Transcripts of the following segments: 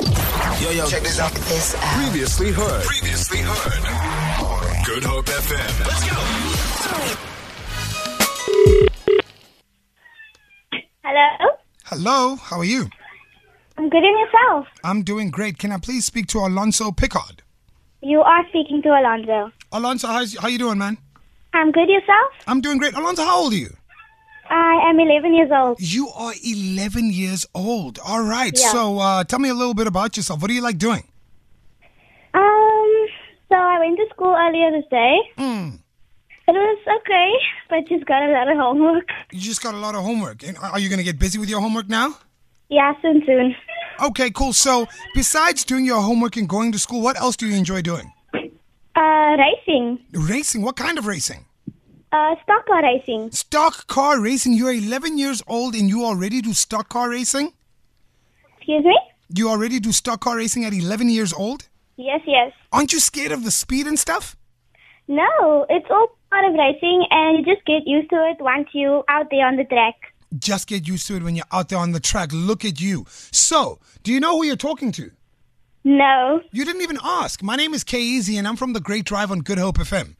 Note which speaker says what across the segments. Speaker 1: Yo, yo, check this out.
Speaker 2: This out.
Speaker 3: Previously heard.
Speaker 1: Previously heard. Good Hope FM. Let's go.
Speaker 4: Hello?
Speaker 3: Hello, how are you?
Speaker 4: I'm good in yourself.
Speaker 3: I'm doing great. Can I please speak to Alonso Pickard?
Speaker 4: You are speaking to Alonzo.
Speaker 3: Alonso, how's, how you doing, man?
Speaker 4: I'm good yourself?
Speaker 3: I'm doing great. Alonso, how old are you?
Speaker 4: I am 11 years old.
Speaker 3: You are 11 years old. All right.
Speaker 4: Yeah.
Speaker 3: So uh, tell me a little bit about yourself. What do you like doing?
Speaker 4: Um, so I went to school earlier this day. It was okay, but just got a lot of homework.
Speaker 3: You just got a lot of homework. And are you going to get busy with your homework now?
Speaker 4: Yeah, soon, soon.
Speaker 3: Okay, cool. So besides doing your homework and going to school, what else do you enjoy doing?
Speaker 4: Uh, racing.
Speaker 3: Racing. What kind of racing?
Speaker 4: Uh, stock car racing.
Speaker 3: Stock car racing. You're 11 years old and you already do stock car racing?
Speaker 4: Excuse me?
Speaker 3: You already do stock car racing at 11 years old?
Speaker 4: Yes, yes.
Speaker 3: Aren't you scared of the speed and stuff?
Speaker 4: No, it's all part of racing, and you just get used to it once you out there on the track.
Speaker 3: Just get used to it when you're out there on the track. Look at you. So, do you know who you're talking to?
Speaker 4: No.
Speaker 3: You didn't even ask. My name is Kay Easy and I'm from The Great Drive on Good Hope FM.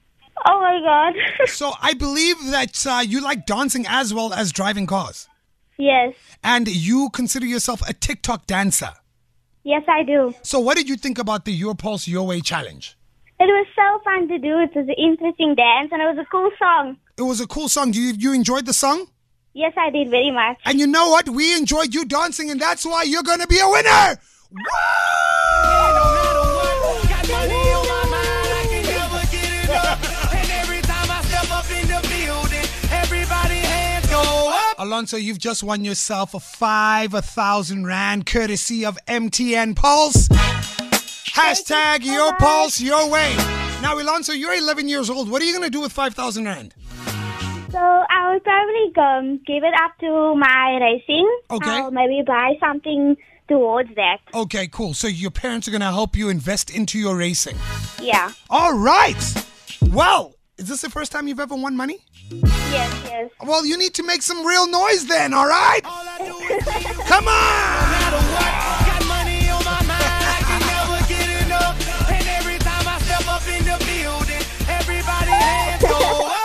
Speaker 4: Oh my god.
Speaker 3: So, I believe that uh, you like dancing as well as driving cars.
Speaker 4: yes.
Speaker 3: And you consider yourself a TikTok dancer.
Speaker 4: Yes, I do.
Speaker 3: So, what did you think about the Your Pulse Your Way challenge?
Speaker 4: It was so fun to do. It was an interesting dance and it was a cool song.
Speaker 3: It was a cool song. You, you enjoyed the song?
Speaker 4: Yes, I did very much.
Speaker 3: And you know what? We enjoyed you dancing, and that's why you're going to be a winner. Alonso, you've just won yourself a 5,000 Rand courtesy of MTN Pulse. Hashtag your
Speaker 4: much.
Speaker 3: pulse your way. Now, Alonso, you're 11 years old. What are you going to do with 5,000 Rand?
Speaker 4: So I would probably um, give it up to my racing.
Speaker 3: Okay.
Speaker 4: I'll maybe buy something towards that.
Speaker 3: Okay, cool. So your parents are going to help you invest into your racing.
Speaker 4: Yeah.
Speaker 3: All right. Well, is this the first time you've ever won money?
Speaker 4: Yes, yes.
Speaker 3: Well, you need to make some real noise then, all right? Come on!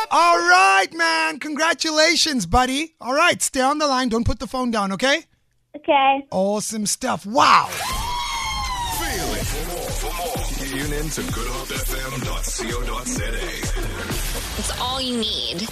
Speaker 3: All right, man. Congratulations, buddy. All right, stay on the line. Don't put the phone down, okay?
Speaker 4: Okay.
Speaker 3: Awesome stuff. Wow.
Speaker 1: Feel it. For more, for more, tune in to goodhopefm.co.za.
Speaker 5: It's all you need.